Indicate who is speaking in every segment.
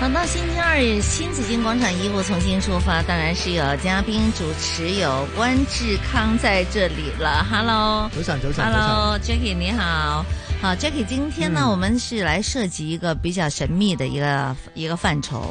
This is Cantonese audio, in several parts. Speaker 1: 好，到星期二新紫荊廣場醫護重新出發，當然是有嘉賓主持，有關志康在這裡了。Hello，
Speaker 2: 早晨，早晨
Speaker 1: ，Hello，Jackie 你好，好 Jackie，今天呢、嗯，我們是來涉及一個比較神秘的一個一個範疇。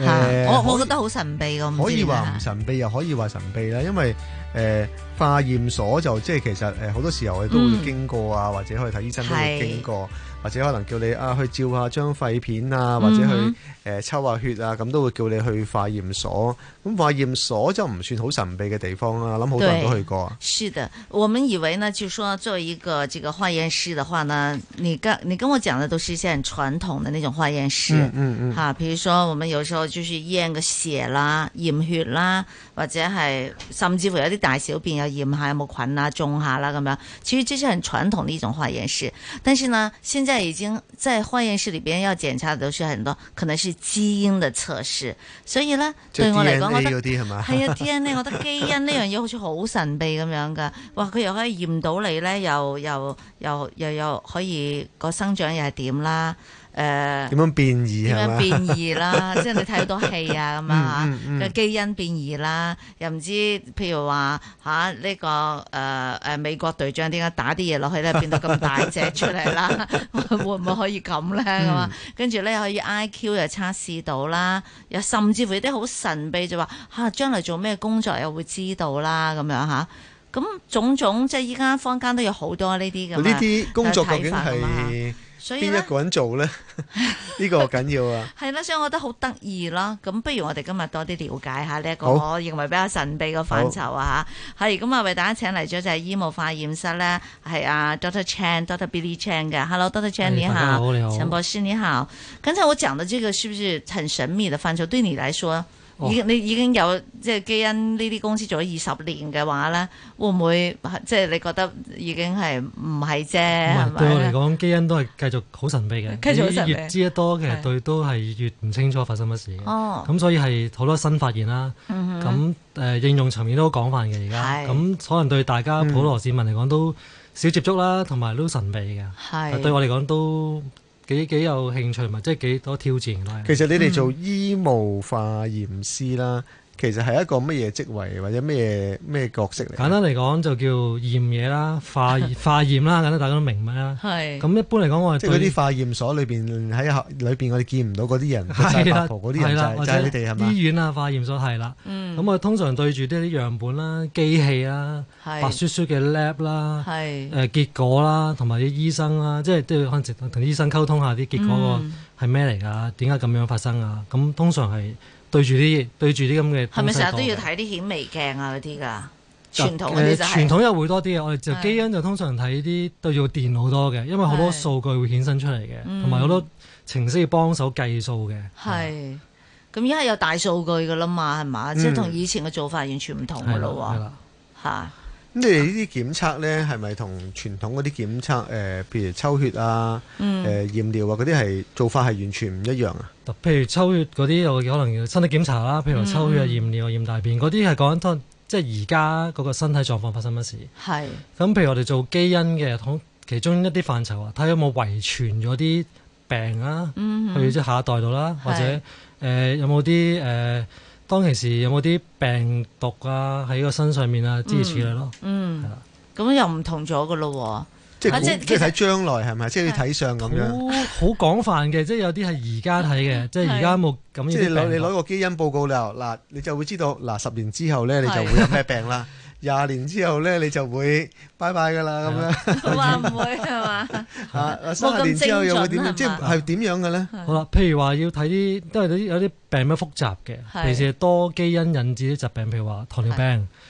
Speaker 1: 吓、欸，我我覺得好神秘噶，
Speaker 2: 可以
Speaker 1: 啊
Speaker 2: 話唔神秘又可以話神秘啦，因為誒、呃、化驗所就即係其實誒好多時候我哋都會經過啊、嗯，或者去睇醫生都會經過，或者可能叫你啊去照下張肺片啊，或者去誒、嗯呃、抽下血啊，咁都會叫你去化驗所。咁化驗所就唔算好神秘嘅地方啦，諗好多人都去過。
Speaker 1: 是的，我們以為呢，就說作為一個這個化驗師的話呢，你跟你跟我講的都是一些很傳統的那種化驗師，嗯嗯嗯，哈、啊，譬如說我們有時候。就是驗個血啦、驗血啦，或者係甚至乎有啲大小便又驗下有冇菌啦、種下啦咁樣。其實這是很傳統的一種化驗室，但是呢，現在已經在化驗室裏邊要檢查的都是很多可能是基因的測試，所以呢，對我嚟講，我覺得係啊 DNA，我覺得基因呢樣嘢好似好神秘咁樣噶。哇，佢又可以驗到你呢，又又又又又可以個生長又係點啦。誒、呃、
Speaker 2: 點樣嗯變異
Speaker 1: 係嘛？點樣變異 啦？即係你睇好多戲啊咁啊嚇，嘅基因變異啦，又唔知譬如話嚇呢個誒誒、呃、美國隊長點解打啲嘢落去咧變到咁大隻出嚟啦？ 會唔會可以咁咧
Speaker 2: 嗯
Speaker 1: 咁啊？跟住咧可以 IQ 又測試到啦，又甚至乎啲好神秘就話嚇、啊、將來做咩工作又會知道啦咁樣嚇。啊咁種種即係依家坊間都有好多呢啲咁。啊
Speaker 2: 哦呢啲工作究竟係邊一個 人做咧？呢個緊要啊！
Speaker 1: 係啦，所以我覺得好得意啦。咁不如我哋今日多啲了解下呢一個我認為比較神秘嘅範疇啊嚇。係咁啊，為大家請嚟咗就係醫務化驗室咧，係啊 Doctor Chan、Doctor Billy Chan 嘅。Hello，Doctor Chan 你好，
Speaker 3: 你哎好，
Speaker 1: 陳博士你好。剛才我講的這個是不是很神秘的範疇？對你來說？
Speaker 3: 哦
Speaker 1: 已經你已經有即係基因呢啲公司做咗二十年嘅話咧，會唔會即係你覺得已經係唔係啫？
Speaker 3: 對我嚟講，基因都係繼續好神秘 嘅。
Speaker 1: 繼續好神秘。
Speaker 3: 越知得多，其實對都係越唔清楚發生乜事嘅。哦。咁所以係好多新發現啦。嗯哼。咁、呃、應用層面都好廣泛嘅而家。咁可能對大家普羅市民嚟講都少接觸啦，同埋都神秘嘅。
Speaker 1: 係。
Speaker 3: 對我嚟講都。幾幾有興趣，咪即係幾多挑戰啦。
Speaker 2: 其實你哋做醫務化驗師啦，嗯、其實係一個乜嘢職位或者咩咩角色嚟？
Speaker 3: 簡單嚟講就叫驗嘢啦，化 化驗啦，簡單大家都明咩啦。
Speaker 1: 係。
Speaker 3: 咁一般嚟講，我哋
Speaker 2: 即係嗰啲化驗所裏邊喺裏邊，我哋見唔到嗰啲 人，曬白袍嗰啲人就係、就係、你哋係嘛？
Speaker 3: 醫院啊，化驗所係啦。
Speaker 1: 嗯
Speaker 3: 咁我哋通常對住呢啲樣本啦、機器啦、白雪雪嘅 lab 啦、
Speaker 1: 誒、
Speaker 3: 呃、結果啦，同埋啲醫生啦，即係都要可能同醫生溝通下啲結果
Speaker 1: 嗯
Speaker 3: 個係咩嚟㗎？點解咁樣發生啊？咁通常係對住啲對住啲咁嘅
Speaker 1: 係咪成日都要睇啲顯微鏡啊嗰啲㗎？傳統嗰啲就係、
Speaker 3: 是、傳統又會多啲嘅，我哋就基因就通常睇啲對住電腦多嘅，因為好多數據會衍生出嚟嘅，同埋好多程式要幫手計數嘅。
Speaker 1: 嗯係。咁而家有大數據噶啦嘛，係嘛？嗯、即係同以前嘅做法完全唔同噶咯喎，嚇。
Speaker 2: 咁你哋呢啲檢測咧，係咪同傳統嗰啲檢測誒、呃，譬如抽血啊、誒、嗯呃、驗尿啊嗰啲係做法係完全唔一樣啊？
Speaker 3: 譬如抽血嗰啲，我可能要身體檢查啦，譬如抽血
Speaker 1: 嗯
Speaker 3: 啊、驗尿啊、驗大便嗰啲係講緊即係而家嗰個身體狀況發生乜事。
Speaker 1: 係。
Speaker 3: 咁譬如我哋做基因嘅，同其中一啲範疇啊，睇有冇遺傳咗啲病啦、啊，
Speaker 1: 嗯
Speaker 3: 去即下一代度啦，或者。誒、呃、有冇啲誒當其時有冇啲病毒啊喺個身上面啊之類此類咯，
Speaker 1: 嗯，係啦，咁又唔同咗噶 咯
Speaker 2: 啊喎，即係即係睇將來係咪？即係睇
Speaker 3: 嗯
Speaker 2: 相咁樣，
Speaker 3: 好廣泛嘅，即係有啲係而家睇嘅，嗯即係而家冇咁。
Speaker 2: 即係攞你攞個基因報告啦，嗱你就會知道嗱十年之後咧你就會有咩病啦。廿年之後咧，你就會拜拜噶啦咁樣。
Speaker 1: 話唔會係嘛？
Speaker 3: 啊
Speaker 2: 嚇！三十年之後又會點？即係點樣 嘅咧？
Speaker 3: 好啦，譬如話要睇啲，因為有啲病咧複雜嘅，尤其係多基因引致啲疾病，譬如話糖尿病、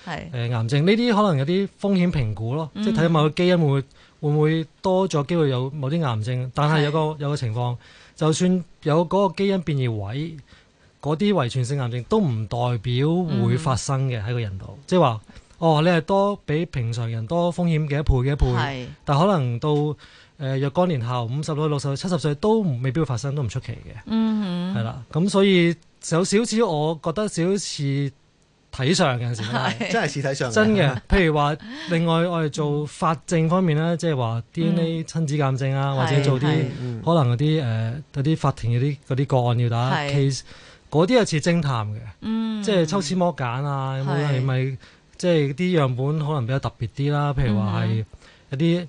Speaker 1: 係
Speaker 3: 誒癌症呢啲，可能有啲風險評估
Speaker 1: 嗯
Speaker 3: 咯，即係睇某個基因會會唔會多咗機會有某啲癌症。但係有個有個情況，就算有嗰個基因變異位。
Speaker 1: 嗯
Speaker 3: 嗰啲遺傳性癌症都唔代表會發生嘅喺個人度，即係話哦，你係多比平常人多風險幾多倍幾多倍，
Speaker 1: 係
Speaker 3: 但可能到誒、呃若干年後五十到六十、七十歲都未必會發生，都唔出奇嘅，
Speaker 1: 嗯
Speaker 3: 係
Speaker 1: 哼，
Speaker 3: 啦、咁所以有少少，我覺得少少似睇相嘅陣時都係。
Speaker 2: 真係屍體上
Speaker 3: 真嘅，譬如話，另外我哋做法證方面咧，即係話 DNA 親子鑑證啊，或者做啲
Speaker 1: 嗯係
Speaker 2: 嗯
Speaker 3: 可能嗰啲誒嗰啲法庭嗰啲嗰啲個案要打
Speaker 1: 係
Speaker 3: case，嗰啲又似偵探嘅，
Speaker 1: 嗯，
Speaker 3: 即係抽絲剝繭啊，有冇
Speaker 1: 係
Speaker 3: 係咪即係啲樣本可能比較特別啲啦？譬如話係一啲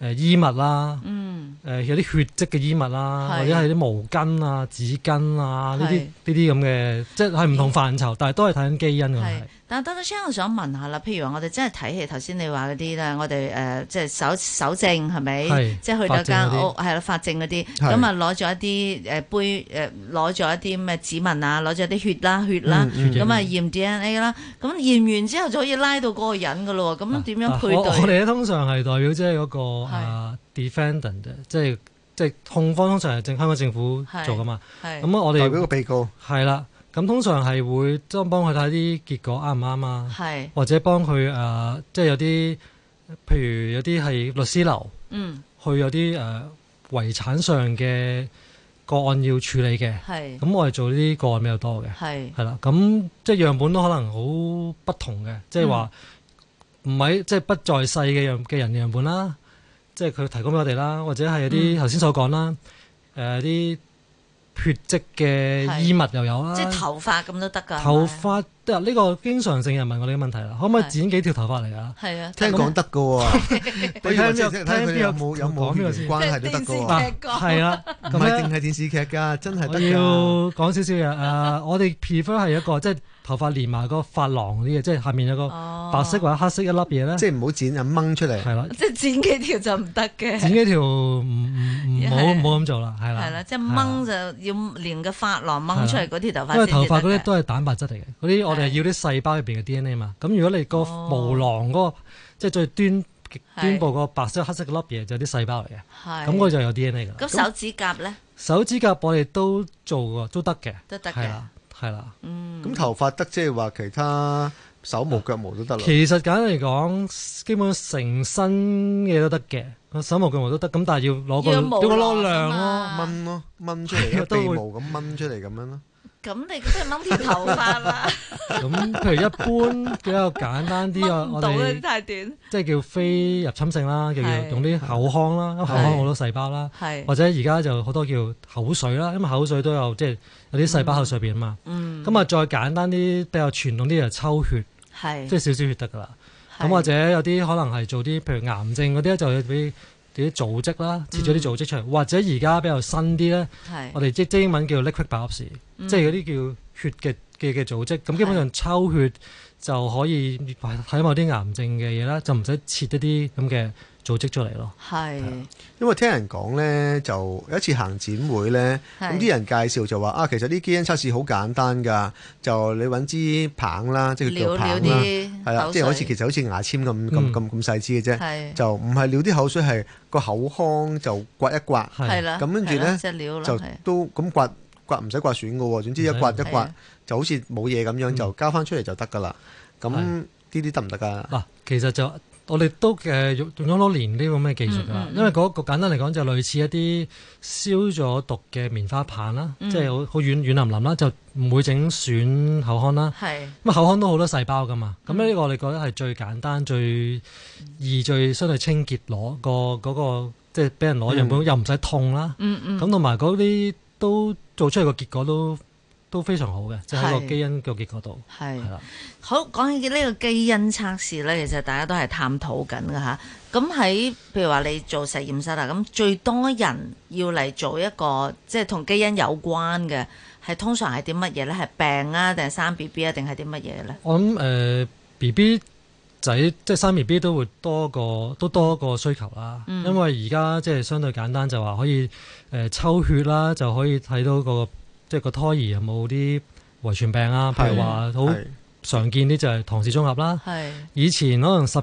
Speaker 3: 誒衣物啦，
Speaker 1: 嗯，
Speaker 3: 誒有啲血跡嘅衣物啦，
Speaker 1: 係
Speaker 3: 或者係啲毛巾啊、紙巾啊呢啲
Speaker 1: 係
Speaker 3: 呢啲咁嘅，即係唔同範疇，但係都係睇緊基因嘅係
Speaker 1: 係。但係多多聲，我想問下啦，譬如話我哋真係睇戲，頭先你話嗰啲咧，我哋誒即係搜搜證係咪？
Speaker 3: 係
Speaker 1: 即係去到間
Speaker 3: 法證嗰啲
Speaker 1: 屋係啦，法證嗰啲，
Speaker 2: 係
Speaker 1: 咁啊攞咗一啲誒杯誒攞咗一啲咩指紋啊，攞咗啲血啦血啦。
Speaker 2: 嗯
Speaker 1: 咁啊驗 DNA 啦，咁驗完之後就可以拉到嗰個人噶咯喎，咁點樣配
Speaker 3: 啊我我哋
Speaker 1: 對？
Speaker 3: 咧通常係代表即係嗰個
Speaker 1: 係
Speaker 3: 啊 defendant 啫，即係即係控方通常係政香港政府做噶嘛。
Speaker 1: 係
Speaker 3: 咁我
Speaker 2: 代表
Speaker 3: 哋
Speaker 2: 個被告，
Speaker 3: 係啦，咁通常係會即係幫佢睇啲結果啱唔啱啊，
Speaker 1: 係，
Speaker 3: 或者幫佢誒即係有啲譬如有啲係律師樓
Speaker 1: 嗯
Speaker 3: 去有啲誒遺產上嘅個案要處理嘅，
Speaker 1: 係
Speaker 3: 咁我哋做呢啲個案比較多嘅。
Speaker 1: 係
Speaker 3: 係啦，咁即係樣本都可能好不同嘅，即係
Speaker 1: 嗯
Speaker 3: 話唔係即係不在世嘅樣嘅人嘅樣本啦，即係佢提供俾我哋啦，或者係有
Speaker 1: 嗯
Speaker 3: 啲頭先所講啦，誒啲、血跡嘅衣物又有啦，
Speaker 1: 即係頭啊髮咁都得㗎。
Speaker 3: 啊頭髮即係呢個經常性人問我哋嘅問題啦，可唔可以
Speaker 1: 係
Speaker 3: 剪幾條頭髮嚟啊？
Speaker 1: 係啊，
Speaker 2: 聽講得嘅喎，
Speaker 3: 你啊聽邊個
Speaker 2: 即係睇
Speaker 3: 聽邊
Speaker 2: 佢
Speaker 3: 個
Speaker 2: 有冇有冇
Speaker 3: 講邊個
Speaker 2: 血緣
Speaker 3: 先
Speaker 2: 關係都得嘅
Speaker 1: 即係電視
Speaker 2: 喎
Speaker 1: 劇。
Speaker 3: 嗱係啦，
Speaker 2: 唔
Speaker 3: 咁
Speaker 2: 係
Speaker 3: 咧
Speaker 2: 定。係電視劇㗎，真係得
Speaker 3: 我
Speaker 2: 㗎。
Speaker 3: 要講少少嘢，誒、我哋 prefer 係一個即係頭髮連埋個髮廊嗰啲嘢，即係下面有個
Speaker 1: 哦
Speaker 3: 白色或者黑色一粒嘢咧，
Speaker 2: 即係唔好剪啊，掹出嚟。
Speaker 3: 係啦，
Speaker 1: 即係剪幾條就唔得嘅。
Speaker 3: 剪幾條 嗯唔唔唔好
Speaker 1: 係
Speaker 3: 唔好咁做啦，係啦，
Speaker 1: 係啦，即係
Speaker 3: 係
Speaker 1: 掹
Speaker 3: 啦。
Speaker 1: 就要連個髮廊掹出嚟嗰條頭髮
Speaker 3: 因為
Speaker 1: 先至
Speaker 3: 頭髮嗰
Speaker 1: 得
Speaker 3: 啲
Speaker 1: 嘅
Speaker 3: 都係蛋白質嚟嘅，嗰啲我哋係
Speaker 1: 係
Speaker 3: 要啲細胞入邊嘅 DNA 嘛。咁如果你個
Speaker 1: 哦
Speaker 3: 毛囊嗰個即係最端
Speaker 1: 係
Speaker 3: 端部個白色黑色嗰粒嘢就係啲細胞嚟嘅，
Speaker 1: 係
Speaker 3: 咁佢就有 DNA 㗎啦。
Speaker 1: 咁手指甲咧
Speaker 3: 手指甲我哋都做過，都得嘅，
Speaker 1: 都得嘅
Speaker 3: 係啦，係啦。
Speaker 1: 嗯
Speaker 2: 咁頭髮得，即係話其他手毛腳毛都得啦。
Speaker 3: 其實簡單嚟講，基本成身嘢都得嘅，個手毛腳毛都得，咁但係要攞個
Speaker 1: 要毛
Speaker 3: 要個
Speaker 1: 囊
Speaker 3: 攞
Speaker 1: 啊
Speaker 3: 量
Speaker 1: 嘛
Speaker 3: 咯。
Speaker 2: 掹咯，掹出嚟，
Speaker 3: 係啊都會
Speaker 2: 鼻毛咁掹出嚟咁樣咯。
Speaker 1: 咁你都係掹條頭髮啦，
Speaker 3: 咁譬如一般比較簡單 啲
Speaker 1: 掹
Speaker 3: 啊，
Speaker 1: 唔
Speaker 3: 我
Speaker 1: 到啊
Speaker 3: 哋
Speaker 1: 太短。
Speaker 3: 即係叫非入侵性啦，叫
Speaker 1: 係
Speaker 3: 用啲口腔啦，因為口腔好多細胞啦，
Speaker 1: 係
Speaker 3: 或者而家就好多叫口水啦，因為口水都有即係有啲細胞喺上邊啊嘛。
Speaker 1: 嗯
Speaker 3: 咁啊，再簡單啲比較傳統啲就抽血，
Speaker 1: 係
Speaker 3: 即係少少血得㗎啦。
Speaker 1: 嗯係
Speaker 3: 咁或者有啲可能係做啲譬如癌症嗰啲咧，就要俾啲組織啦，切
Speaker 1: 嗯
Speaker 3: 咗啲組織出嚟，或者而家比較新啲咧，
Speaker 1: 係嗯
Speaker 3: 我哋即即英文叫 liquid biopsy，即係嗰啲叫血嘅嘅嘅組織。咁基本上抽血就可以睇某啲癌症嘅嘢啦，就唔使切一啲咁嘅組織出嚟咯。
Speaker 1: 係
Speaker 2: 因為聽人講咧，就有一次行展會咧，
Speaker 1: 係
Speaker 2: 咁啲人介紹就話啊，其實啲基因測試好簡單㗎，就你揾支棒啦，即係佢
Speaker 1: 撩
Speaker 2: 叫
Speaker 1: 撩
Speaker 2: 棒啦，
Speaker 1: 啲
Speaker 2: 啊係啦，即係好似其
Speaker 1: 實
Speaker 2: 實好似牙籤咁咁
Speaker 3: 嗯
Speaker 2: 咁咁細支嘅啫，
Speaker 1: 係
Speaker 2: 就唔係撩啲口水，係個口腔就刮一刮，
Speaker 1: 係
Speaker 3: 係
Speaker 1: 啦，
Speaker 2: 咁跟住
Speaker 1: 係啦
Speaker 2: 咧
Speaker 1: 即係料啦，
Speaker 2: 就
Speaker 1: 係
Speaker 2: 都咁刮刮唔使刮損㗎喎，總之一刮一
Speaker 1: 係
Speaker 2: 刮
Speaker 1: 啊
Speaker 2: 就好似冇嘢咁樣，就交翻出嚟就得㗎啦。咁
Speaker 3: 係
Speaker 2: 呢啲得唔得㗎？
Speaker 3: 嗱，其實就我哋都誒用用咗好多年呢個咁嘅技術㗎
Speaker 1: 嗯
Speaker 3: 啦
Speaker 1: 嗯，嗯
Speaker 3: 因為嗰個簡單嚟講就類似一啲消咗毒嘅棉花棒啦，
Speaker 1: 嗯
Speaker 3: 即係好好軟軟腍腍啦，就唔會整損口腔啦。
Speaker 1: 係
Speaker 3: 咁口腔都好多細胞㗎嘛，咁
Speaker 1: 嗯
Speaker 3: 呢個我哋覺得係最簡單、最易、最相對清潔攞個嗰個，即係俾人攞樣本又唔使痛啦。
Speaker 1: 嗯嗯
Speaker 3: 咁同埋嗰啲都做出嚟個結果都都非常好嘅，即係喺個
Speaker 1: 係
Speaker 3: 基因個結果度
Speaker 1: 係
Speaker 3: 係。啦。
Speaker 1: 好，講起呢個基因測試咧，其實大家都係探討緊㗎吓。咁喺譬如話你做實驗室啦，咁最多人要嚟做一個即係同基因有關嘅，係通常係啲乜嘢咧？係病啊，定係生 B B 啊，定係啲乜嘢咧？
Speaker 3: 我諗誒 B B 仔即係生 B B 都會多個都多個需求啦，
Speaker 1: 嗯
Speaker 3: 因為而家即係相對簡單，就話可以誒、呃抽血啦，就可以睇到個即係個胎兒有冇啲遺傳病啊，譬如話好
Speaker 2: 係
Speaker 3: 常見啲就係唐氏綜合啦。
Speaker 1: 係
Speaker 3: 以前可能十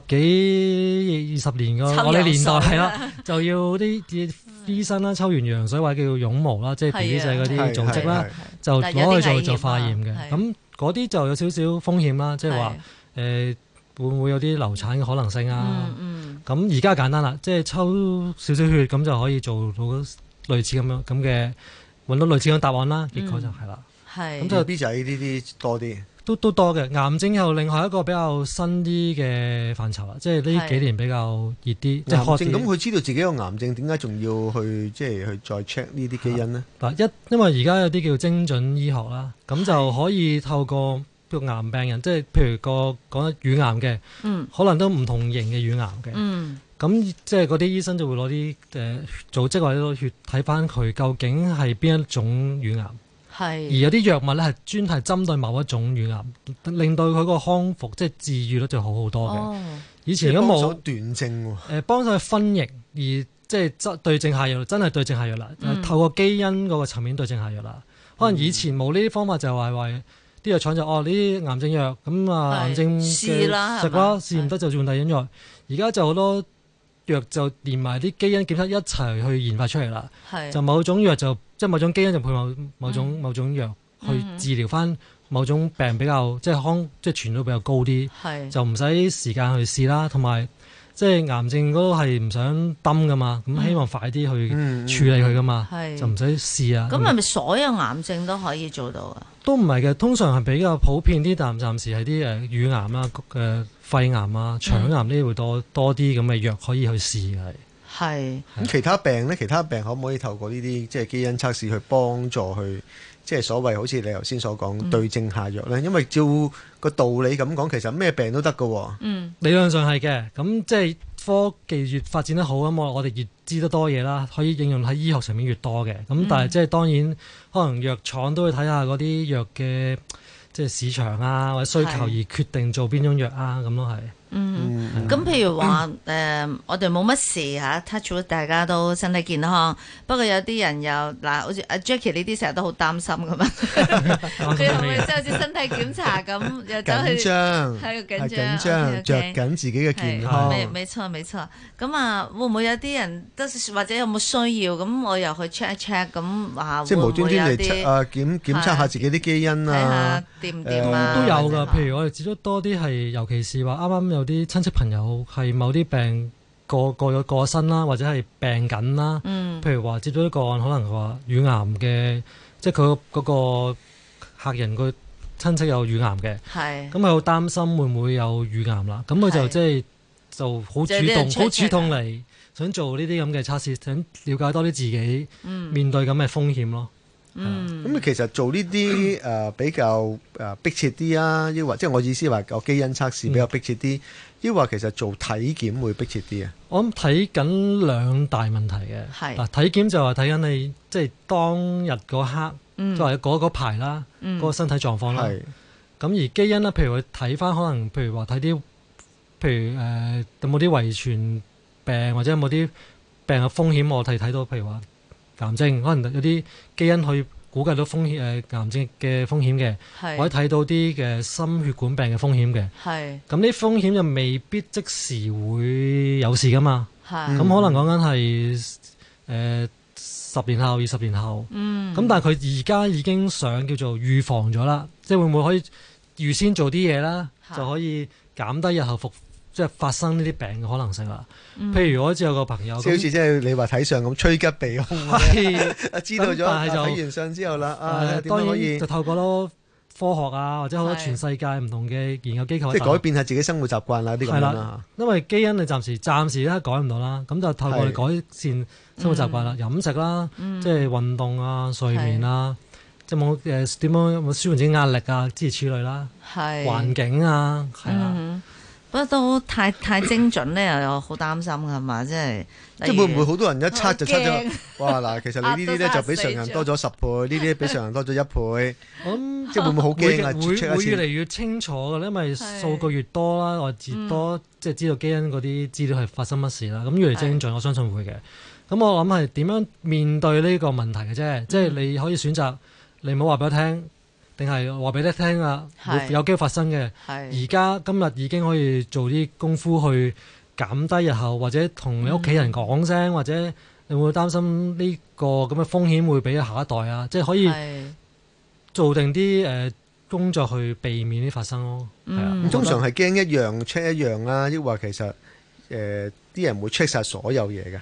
Speaker 3: 幾二十年個
Speaker 1: 抽羊
Speaker 3: 我哋年代
Speaker 1: 水
Speaker 3: 係啦，就要啲啲醫生啦抽完羊水或者叫絨毛啦，即係 B B 仔嗰
Speaker 2: 係
Speaker 3: 啲組織
Speaker 2: 係
Speaker 3: 啦
Speaker 2: 係，
Speaker 3: 就
Speaker 1: 啊但係有啲
Speaker 3: 攞去
Speaker 1: 危
Speaker 3: 做
Speaker 1: 險
Speaker 3: 做化
Speaker 1: 啊
Speaker 3: 驗嘅。
Speaker 1: 係
Speaker 3: 啊咁嗰啲就有少少風險啦，即係話。誒、會唔會有啲流產嘅可能性啊？
Speaker 1: 嗯嗯，
Speaker 3: 咁而家簡單啦，即係抽少少血咁就可以做到類似咁樣咁嘅揾到類似咁嘅答案啦。結果就係啦，
Speaker 1: 係
Speaker 3: 咁就
Speaker 2: B 仔呢啲多啲，
Speaker 3: 都都多嘅。癌症又另外一個比較新啲嘅範疇啊啦，即係呢
Speaker 1: 係
Speaker 3: 幾年比較熱啲，即係
Speaker 2: 癌
Speaker 3: hot 啲
Speaker 2: 症咁佢知道自己有癌症，點解仲要去即係去再 check 呢
Speaker 1: 啊
Speaker 2: 啲基因呢？
Speaker 3: 嗱，啊一因為而家有啲叫精準醫學啦，咁就可以透過個癌病人，即係譬如個講得乳癌嘅，
Speaker 1: 嗯
Speaker 3: 可能都唔同型嘅乳癌嘅，
Speaker 1: 嗯
Speaker 3: 咁、即係嗰啲醫生就會攞啲誒組織或者攞血睇翻佢究竟係邊一種乳癌，而
Speaker 1: 係
Speaker 3: 有啲藥物咧係專係針對某一種乳癌，令到佢個康復即係治愈率就好好多嘅。
Speaker 1: 哦
Speaker 3: 以前如果冇
Speaker 2: 幫手斷症喎，
Speaker 3: 誒呃幫手去分型，而即係執對症下藥，真係對症下藥啦。
Speaker 1: 嗯
Speaker 3: 透過基因嗰個層面對症下藥啦。可能以前冇呢啲方法，就係話話啲藥廠就哦呢啲癌症藥咁啊，
Speaker 1: 係
Speaker 3: 癌症嘅
Speaker 1: 試啦
Speaker 3: 食
Speaker 1: 係嘛
Speaker 3: 啦，試唔得就換第二種藥。而家就好多藥就連埋啲基因檢測一齊去研發出嚟啦。
Speaker 1: 係
Speaker 3: 就某種藥就即係某種基因就配某某種某種藥去
Speaker 1: 嗯
Speaker 3: 治療翻某種病比較即係康即係傳到比較高啲。
Speaker 1: 係
Speaker 3: 就唔使時間去試啦，同埋即係癌症嗰度係唔想抌噶嘛，咁希望快啲去
Speaker 2: 嗯
Speaker 3: 處理佢噶嘛，
Speaker 1: 係
Speaker 3: 就唔使試啊。
Speaker 1: 咁係咪所有癌症都可以做到啊？
Speaker 3: 都唔係嘅，通常係比較普遍啲，但暫時係啲誒乳癌啦、誒、肺癌啊、腸癌呢啲會多多啲咁嘅藥可以去試嘅係。
Speaker 1: 係
Speaker 2: 咁其他病呢？其他病可唔可以透過呢啲即係基因測試去幫助去即係所謂好似你頭先所
Speaker 1: 嗯
Speaker 2: 講對症下藥呢？因為照個道理咁講，其實咩病都得㗎喎。
Speaker 1: 嗯
Speaker 3: 理論上係嘅，咁即係科技越發展得好，咁我我哋越知得多嘢啦，可以應用喺醫學上面越多嘅。咁但係即係當然，可能藥廠都會睇下嗰啲藥嘅即係市場啊或者需求
Speaker 1: 係
Speaker 3: 而決定做邊種藥啊咁咯係。
Speaker 1: 嗯。
Speaker 2: 嗯，
Speaker 1: 咁譬如話誒、我哋冇乜事嚇，touch wood，大家都身體健康。不過有啲人又嗱，好似阿 Jackie 呢啲成日都好擔心咁 嘛，最後
Speaker 3: 啊
Speaker 1: 咪即係好似身體檢查咁，又走
Speaker 2: 緊
Speaker 1: 去。
Speaker 2: 張
Speaker 1: 係緊張
Speaker 2: 係緊張，
Speaker 1: OK，OK
Speaker 2: 着緊自己嘅健康。
Speaker 1: 沒沒錯沒錯，咁啊會唔會有啲人都或者有冇需要咁我又去 check 一 check 咁啊，
Speaker 2: 即係無端端嚟
Speaker 1: 會唔會有
Speaker 2: 測
Speaker 1: 啲
Speaker 2: 啊檢檢測下自己啲基因
Speaker 1: 睇下
Speaker 2: 啊，
Speaker 1: 掂唔掂啊？
Speaker 3: 都有
Speaker 1: 或
Speaker 3: 噶，
Speaker 1: 者
Speaker 3: 譬如我哋接觸多啲係，尤其是話啱啱有啲親戚朋友係某啲病過過咗過身啦，或者係病緊啦。
Speaker 1: 嗯
Speaker 3: 譬如話接咗一個案，可能話乳癌嘅，即係佢嗰個客人個親戚有乳癌嘅，
Speaker 1: 係
Speaker 3: 咁佢好擔心會唔會有乳癌啦。咁佢
Speaker 1: 嗯係
Speaker 3: 就即係就好
Speaker 1: 即係呢
Speaker 3: 主動，
Speaker 1: check
Speaker 3: 好主動嚟想做呢啲咁嘅測試，想了解多啲自己
Speaker 1: 嗯
Speaker 3: 面對咁嘅風險咯。
Speaker 1: 嗯
Speaker 2: 咁其實做呢 啲誒比較誒迫切啲啊，抑或即係我意思話個基因測
Speaker 3: 嗯
Speaker 2: 試比較迫切啲，抑或其實做體檢會迫切啲啊？
Speaker 3: 我諗睇緊兩大問題嘅，
Speaker 1: 係
Speaker 3: 嗱體檢就係睇緊你即係當日嗰刻，
Speaker 1: 嗯
Speaker 3: 即係嗰嗰排啦，嗰個身體狀況啦。
Speaker 2: 係
Speaker 3: 咁而基因咧，譬如佢睇翻，可能譬如話睇啲，譬如誒、呃有冇啲遺傳病或者有冇啲病嘅風險，我哋睇到譬如話癌症，可能有啲基因去估計到風險誒、呃癌症嘅風險嘅，
Speaker 1: 係
Speaker 3: 或者睇到啲嘅心血管病嘅風險嘅。
Speaker 1: 係
Speaker 3: 咁呢風險就未必即時會有事噶嘛。
Speaker 1: 係
Speaker 3: 咁、可能講緊係誒呃十年後、二十年後。
Speaker 1: 嗯
Speaker 3: 咁但係佢而家已經想叫做預防咗啦，即係會唔會可以預先做啲嘢啦，
Speaker 1: 嚇
Speaker 3: 就可以減低日後復即係發生呢啲病嘅可能性啦。
Speaker 1: 嗯
Speaker 3: 譬如我知有個朋友
Speaker 2: 即係好似
Speaker 3: 哦咁，
Speaker 2: 即係你話睇相咁趨吉 避凶啊！
Speaker 3: 係
Speaker 2: 知道咗啊
Speaker 3: 但係就
Speaker 2: 睇完相之後啦，啊
Speaker 3: 誒
Speaker 2: 點樣
Speaker 3: 當
Speaker 2: 可
Speaker 3: 然
Speaker 2: 以
Speaker 3: 就透過咯科學啊，或者好多
Speaker 1: 係
Speaker 3: 全世界唔同嘅研究機構喺
Speaker 2: 即係改
Speaker 3: 度，
Speaker 2: 變下自己生活習慣啦啲咁樣啦。
Speaker 3: 因為基因你暫時暫時咧改唔到啦，咁就透過你改善生活習慣啦、飲食啦、即係運動啊、睡眠啊，即係冇誒點樣有冇舒緩自己壓力啊，諸如此類啦。
Speaker 1: 係
Speaker 3: 環境啊，係啊，
Speaker 1: 嗯哼不過都太太精準咧，又有好擔心㗎嘛，即係
Speaker 2: 即係會唔會好多人一
Speaker 1: 我
Speaker 2: 測就測咗？哇！嗱，其實你呢啲咧就比常人多咗十倍，呢啲比常人多咗一 倍，
Speaker 3: 我諗
Speaker 2: 即係會唔會好驚啊
Speaker 3: 會
Speaker 2: ？check
Speaker 3: 會
Speaker 2: 一次
Speaker 3: 越嚟越清楚嘅，因為
Speaker 1: 係嗯
Speaker 3: 數據越多啦，我越多即係知道基因嗰啲資料係發生乜事啦。咁越嚟精準，我相信會嘅。咁我諗係點樣面對呢個問題嘅啫，即係
Speaker 1: 嗯
Speaker 3: 你可以選擇你唔好話俾我聽，定係話俾你聽啊，
Speaker 1: 係
Speaker 3: 會有機會發生嘅。而
Speaker 1: 係
Speaker 3: 家今日已經可以做啲功夫去減低日後，或者同你屋企
Speaker 1: 嗯
Speaker 3: 人講聲，或者你會唔會擔心呢個咁嘅風險會俾下一代啊？即係可以
Speaker 1: 係
Speaker 3: 做定啲誒、呃工作去避免啲發生咯。係啊，
Speaker 1: 嗯
Speaker 2: 咁通常係驚一樣 check 一樣啦，抑或其實誒啲人會 check 晒所有嘢嘅，
Speaker 3: 誒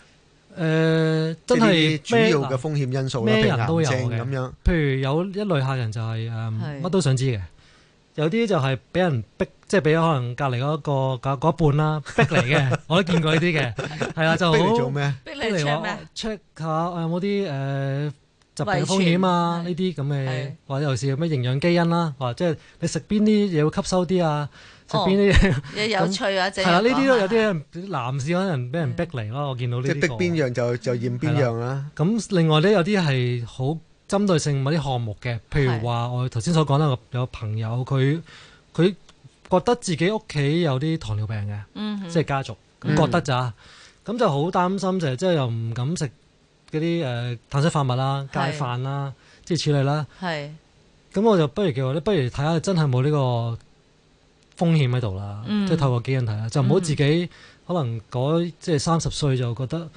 Speaker 2: 嗯即
Speaker 3: 呃真係
Speaker 2: 呢啲主
Speaker 3: 咩
Speaker 2: 要嘅風險因素啦，譬
Speaker 3: 咩
Speaker 2: 如
Speaker 3: 人都
Speaker 2: 癌
Speaker 3: 有
Speaker 2: 症
Speaker 3: 嘅
Speaker 2: 咁樣，
Speaker 3: 譬如有一類客人就係
Speaker 1: 係
Speaker 3: 誒乜都想知嘅，有啲就係俾人逼，即係俾可能隔離嗰一個嗰嗰一半啦，逼嚟 嘅，我都見過呢啲嘅，係啦就
Speaker 2: 逼
Speaker 3: 好
Speaker 2: 嚟做咩？
Speaker 1: 逼你
Speaker 3: 逼嚟
Speaker 1: check
Speaker 3: 話哦
Speaker 1: 咩？
Speaker 3: check 下誒有冇啲誒疾病
Speaker 1: 遺傳
Speaker 3: 風險啊
Speaker 1: 係
Speaker 3: 呢啲咁
Speaker 1: 係
Speaker 3: 嘅，或者有時有咩營養基因啦，或者係你食邊啲嘢會吸收啲啊，食
Speaker 1: 哦
Speaker 3: 邊啲嘢
Speaker 1: 有有趣啊！嗯即
Speaker 3: 係啦，呢啲都有啲男士可能俾人逼嚟咯，我見到呢
Speaker 2: 即係
Speaker 3: 啲
Speaker 2: 逼
Speaker 3: 個案
Speaker 2: 邊樣就就驗邊樣啦。
Speaker 3: 咁另外咧，有啲係好針對性某啲項目嘅，譬如話我頭先所講啦，有有朋友佢佢覺得自己屋企有啲糖尿病嘅，
Speaker 1: 嗯哼
Speaker 3: 即係家族
Speaker 2: 嗯
Speaker 3: 咁覺得咋，咁就好擔心就係即係又唔敢食嗰啲誒碳水化合物啦、戒
Speaker 1: 係
Speaker 3: 飯啦，即係處理啦。
Speaker 1: 係
Speaker 3: 咁我就不如叫我咧，不如睇下真係冇呢個風險喺度啦，
Speaker 1: 嗯
Speaker 3: 即係透過基因睇啦，就唔好自己可能嗰即係三十歲就覺得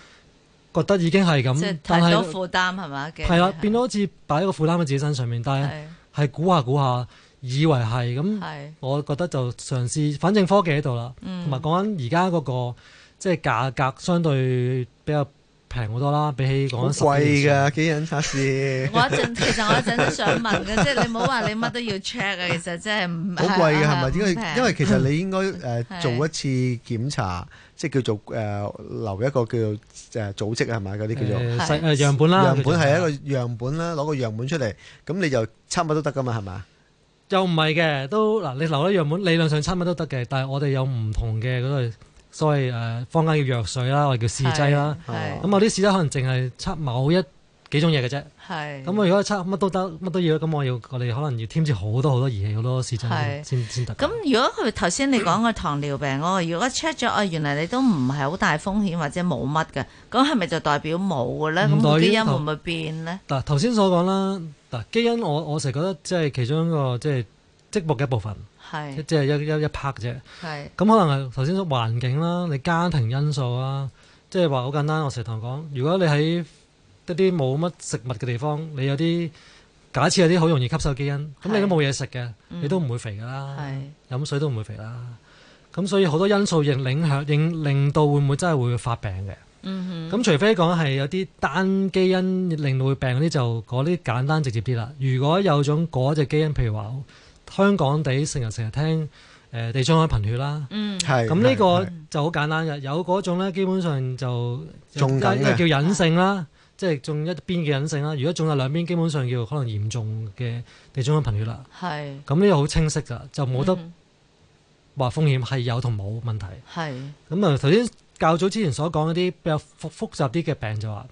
Speaker 3: 覺得已經係
Speaker 1: 即
Speaker 3: 咁
Speaker 1: 係，
Speaker 3: 但
Speaker 1: 太多
Speaker 3: 係
Speaker 1: 負擔係嘛嘅？
Speaker 3: 係啦，變到好似擺一個負擔喺自己身上面，但
Speaker 1: 係
Speaker 3: 係係估下估下，以為係咁，
Speaker 1: 係
Speaker 3: 我覺得就嘗試，反正科技喺度啦，
Speaker 1: 嗯
Speaker 3: 同埋講緊而家嗰個即係價格相對比較平好多啦，比起
Speaker 2: 好
Speaker 3: 講緊十
Speaker 2: 貴
Speaker 3: 幾年前
Speaker 2: 㗎，基因測試
Speaker 1: 我一陣 其實我一陣都想問嘅，即係你唔好話你乜都要 check 啊，其實真係唔
Speaker 2: 好貴嘅係咪？
Speaker 1: 唔
Speaker 2: 因為
Speaker 1: 平
Speaker 2: 因為其實你應該
Speaker 1: 係
Speaker 2: 誒做一次檢查，即係叫做誒留一個叫做誒組織係咪嗰啲叫做？
Speaker 3: 誒
Speaker 1: 係
Speaker 3: 細誒樣本啦，
Speaker 2: 樣本係一個樣本啦，攞個樣本出嚟，咁你就測乜都得噶嘛，係嘛？
Speaker 3: 又唔係嘅，都嗱，你留咗樣本，理論上親乜都得嘅，但係我哋有唔同嘅嗰類所謂誒、呃坊間叫藥水啦，我哋叫試劑啦。
Speaker 1: 係
Speaker 3: 咁我啲試劑可能淨係測某一幾種嘢嘅啫。
Speaker 1: 係
Speaker 3: 咁我如果測乜都得，乜都要，咁我要我哋可能要添置好多好多儀器，好多試
Speaker 1: 係
Speaker 3: 劑先先得。
Speaker 1: 咁如果佢頭先你講個糖尿病嗰個，如果 check 咗啊，原來你都唔係好大風險或者冇乜嘅，咁係咪就代表冇嘅咧？咁
Speaker 3: 唔代
Speaker 1: 個
Speaker 3: 表
Speaker 1: 基因會唔會變咧？
Speaker 3: 嗱頭先所講啦，嗱基因我我成日覺得即係其中一個即係積木嘅一部分，
Speaker 1: 係
Speaker 3: 即即係一一一 part 啫。
Speaker 1: 係
Speaker 3: 咁可能係頭先所環境啦，你家庭因素啦，即係話好簡單。我成日同人講，如果你喺一啲冇乜食物嘅地方，你有啲假設有啲好容易吸收基因，咁你都冇嘢食嘅，
Speaker 1: 嗯
Speaker 3: 你都唔會肥噶啦，
Speaker 1: 係
Speaker 3: 飲水都唔會肥啦。咁所以好多因素影影響，影令到會唔會真係會發病嘅？
Speaker 1: 嗯
Speaker 3: 咁除非講係有啲單基因令到會病嗰啲，就嗰啲簡單直接啲啦。如果有種嗰隻基因，譬如話香港地成日成日聽誒、呃地中海貧血啦。
Speaker 1: 嗯
Speaker 2: 係。
Speaker 3: 咁呢個
Speaker 2: 係
Speaker 3: 就好簡單嘅，有嗰種咧，基本上就
Speaker 2: 中緊嘅
Speaker 3: 一個叫隱性啦，即係中一邊嘅隱性啦。如果中有兩邊，基本上叫可能嚴重嘅地中海貧血啦。
Speaker 1: 係
Speaker 3: 咁呢個好清晰㗎，就冇得
Speaker 1: 嗯
Speaker 3: 話風險係有同冇問題。
Speaker 1: 係
Speaker 3: 咁啊，頭先較早之前所講嗰啲比較複複雜啲嘅病就話，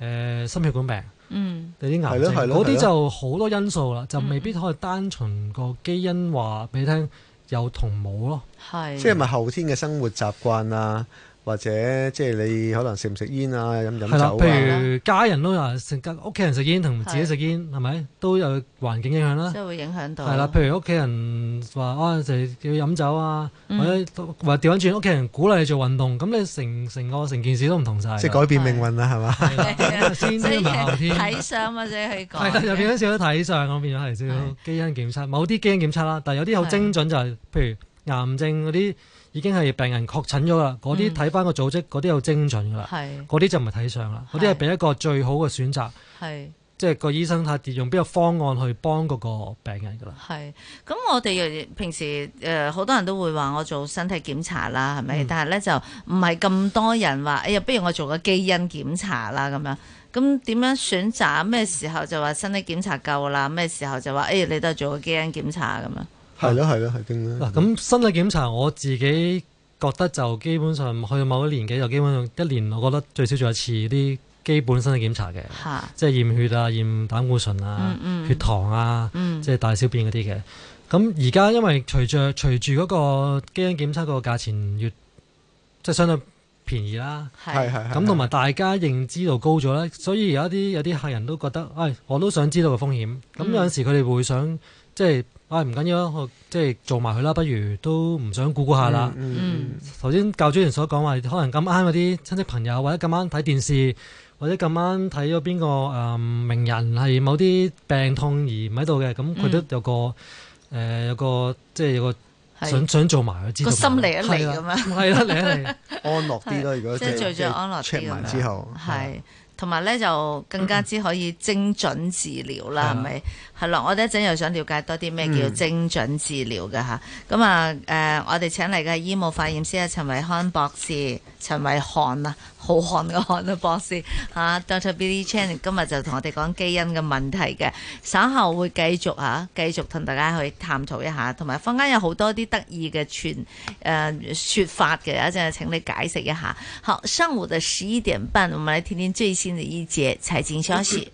Speaker 3: 誒、心血管病、
Speaker 1: 嗯
Speaker 3: 有啲癌
Speaker 2: 係咯係
Speaker 3: 症，
Speaker 2: 咯
Speaker 3: 嗰
Speaker 2: 係咯
Speaker 3: 啲就好多因素啦，就未必可以單純個基因話俾你聽有同冇咯。
Speaker 1: 係
Speaker 2: 即係咪後天嘅生活習慣啊，或者即係你可能食唔食煙啊、飲唔飲
Speaker 3: 係啦，
Speaker 2: 酒啊？
Speaker 3: 譬如家人都有食家屋企人食煙同自己食煙係咪都有環境影響啦
Speaker 1: 即？係會影響到
Speaker 3: 係啦，譬如屋企人話啊，就係要飲酒啊，
Speaker 1: 嗯
Speaker 3: 或者或者調翻轉屋企人鼓勵你做運動，咁你成成個成件事都唔同晒㗎。
Speaker 2: 即係改變命運啦，係嘛？
Speaker 3: 係啦咁先
Speaker 1: 所以
Speaker 3: 天同後天
Speaker 1: 睇相或者去
Speaker 3: 係啦，
Speaker 1: 講
Speaker 3: 又變咗少咗睇相，啊我變咗係少咗基因檢測，某啲基因檢測啦，但係有啲好精準就係、譬如癌症嗰啲已經係病人確診咗啦，嗰啲
Speaker 1: 嗯
Speaker 3: 睇翻個組織，嗰啲好精準噶啦，
Speaker 1: 係
Speaker 3: 嗰啲就唔係睇相啦，嗰啲係
Speaker 1: 係
Speaker 3: 俾一個最好嘅選擇，
Speaker 1: 係。
Speaker 3: 即係個醫生睇下用邊個方案去幫嗰個病人噶啦。
Speaker 1: 係，咁我哋又平時誒好、多人都會話我做身體檢查啦，係咪？
Speaker 3: 嗯
Speaker 1: 但係咧就唔係咁多人話，哎呀，不如我做個基因檢查啦咁樣。咁點樣選擇？咩時候就話身體檢查夠啦？咩時候就話，哎，你都係做個基因檢查咁樣？
Speaker 2: 係咯係咯係
Speaker 1: 嗯
Speaker 2: 經啦
Speaker 3: 嗱，。咁身體檢查我自己覺得就基本上去到某一年紀就基本上一年，我覺得最少做一次啲基本身體檢查嘅，
Speaker 1: 嚇，
Speaker 3: 即係驗血啊、驗膽固醇啊
Speaker 1: 嗯、嗯
Speaker 3: 血糖啊。
Speaker 1: 嗯，
Speaker 3: 即係大小便嗰啲嘅。咁而家因為隨着隨住嗰個基因檢測嗰個價錢越即係相對便宜啦，
Speaker 2: 係
Speaker 1: 係啊
Speaker 2: 係係
Speaker 3: 咁同埋大家認知度高咗咧，所以有啲有啲客人都覺得，唉、我都想知道個風險。咁
Speaker 1: 嗯
Speaker 3: 有陣時佢哋會想即係，唉、唔緊要啦，我即係做埋佢啦，不如都唔想估估下啦。
Speaker 2: 嗯嗯
Speaker 3: 頭先教主員所講話，可能咁啱嗰啲親戚朋友，或者咁啱睇電視，或者咁啱睇咗邊個誒、嗯名人係某啲病痛而唔喺度嘅，咁佢都有個誒有個即係有個
Speaker 1: 係
Speaker 3: 想想做埋佢知道
Speaker 1: 個
Speaker 3: 埋
Speaker 1: 心嚟一嚟咁啊樣，
Speaker 3: 係啦，嚟一嚟
Speaker 2: 安樂啲咯。如果
Speaker 1: 即係做咗安樂啲
Speaker 2: check
Speaker 1: 咁
Speaker 2: 埋
Speaker 1: 樣
Speaker 2: 之後，
Speaker 1: 係。同埋咧就更加之可以精準治療啦，係
Speaker 3: 係啊
Speaker 1: 咪？係啦，我哋一陣又想了解多啲咩叫
Speaker 2: 嗯
Speaker 1: 精準治療嘅嚇。咁啊誒、我哋請嚟嘅係醫務化驗師啊，陳維康博士，陳維漢啊，浩瀚嘅漢啊博士嚇、啊、，Dr. Billy Chan 今日就同我哋講基因嘅問題嘅，稍後會繼續嚇、啊，繼續同大家去探討一下，同埋坊間有好多啲得意嘅傳誒説呃法嘅，一陣請你解釋一下。好，上午的十一點半，我們來聽聽最新的一節財經消息。